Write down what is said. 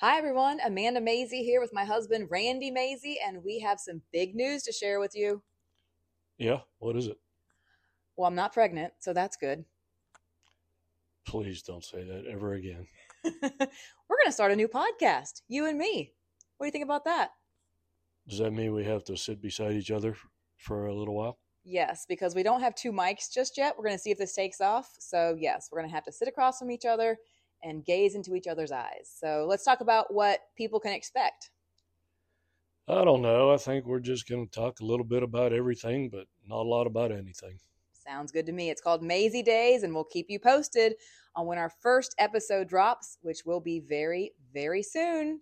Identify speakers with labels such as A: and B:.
A: Hi, everyone. Amanda Maisie here with my husband, Randy Maisie, and we have some big news to share with you.
B: Yeah, what is it?
A: Well, I'm not pregnant, so that's good.
B: Please don't say that ever again.
A: We're going to start a new podcast, you and me. What do you think about that?
B: Does that mean we have to sit beside each other for a little while?
A: Yes, because we don't have two mics just yet. We're going to see if this takes off. So, yes, we're going to have to sit across from each other and gaze into each other's eyes. So, let's talk about what people can expect.
B: I don't know. I think we're just going to talk a little bit about everything, but not a lot about anything.
A: Sounds good to me. It's called Maisie Days, and we'll keep you posted on when our first episode drops, which will be very, very soon.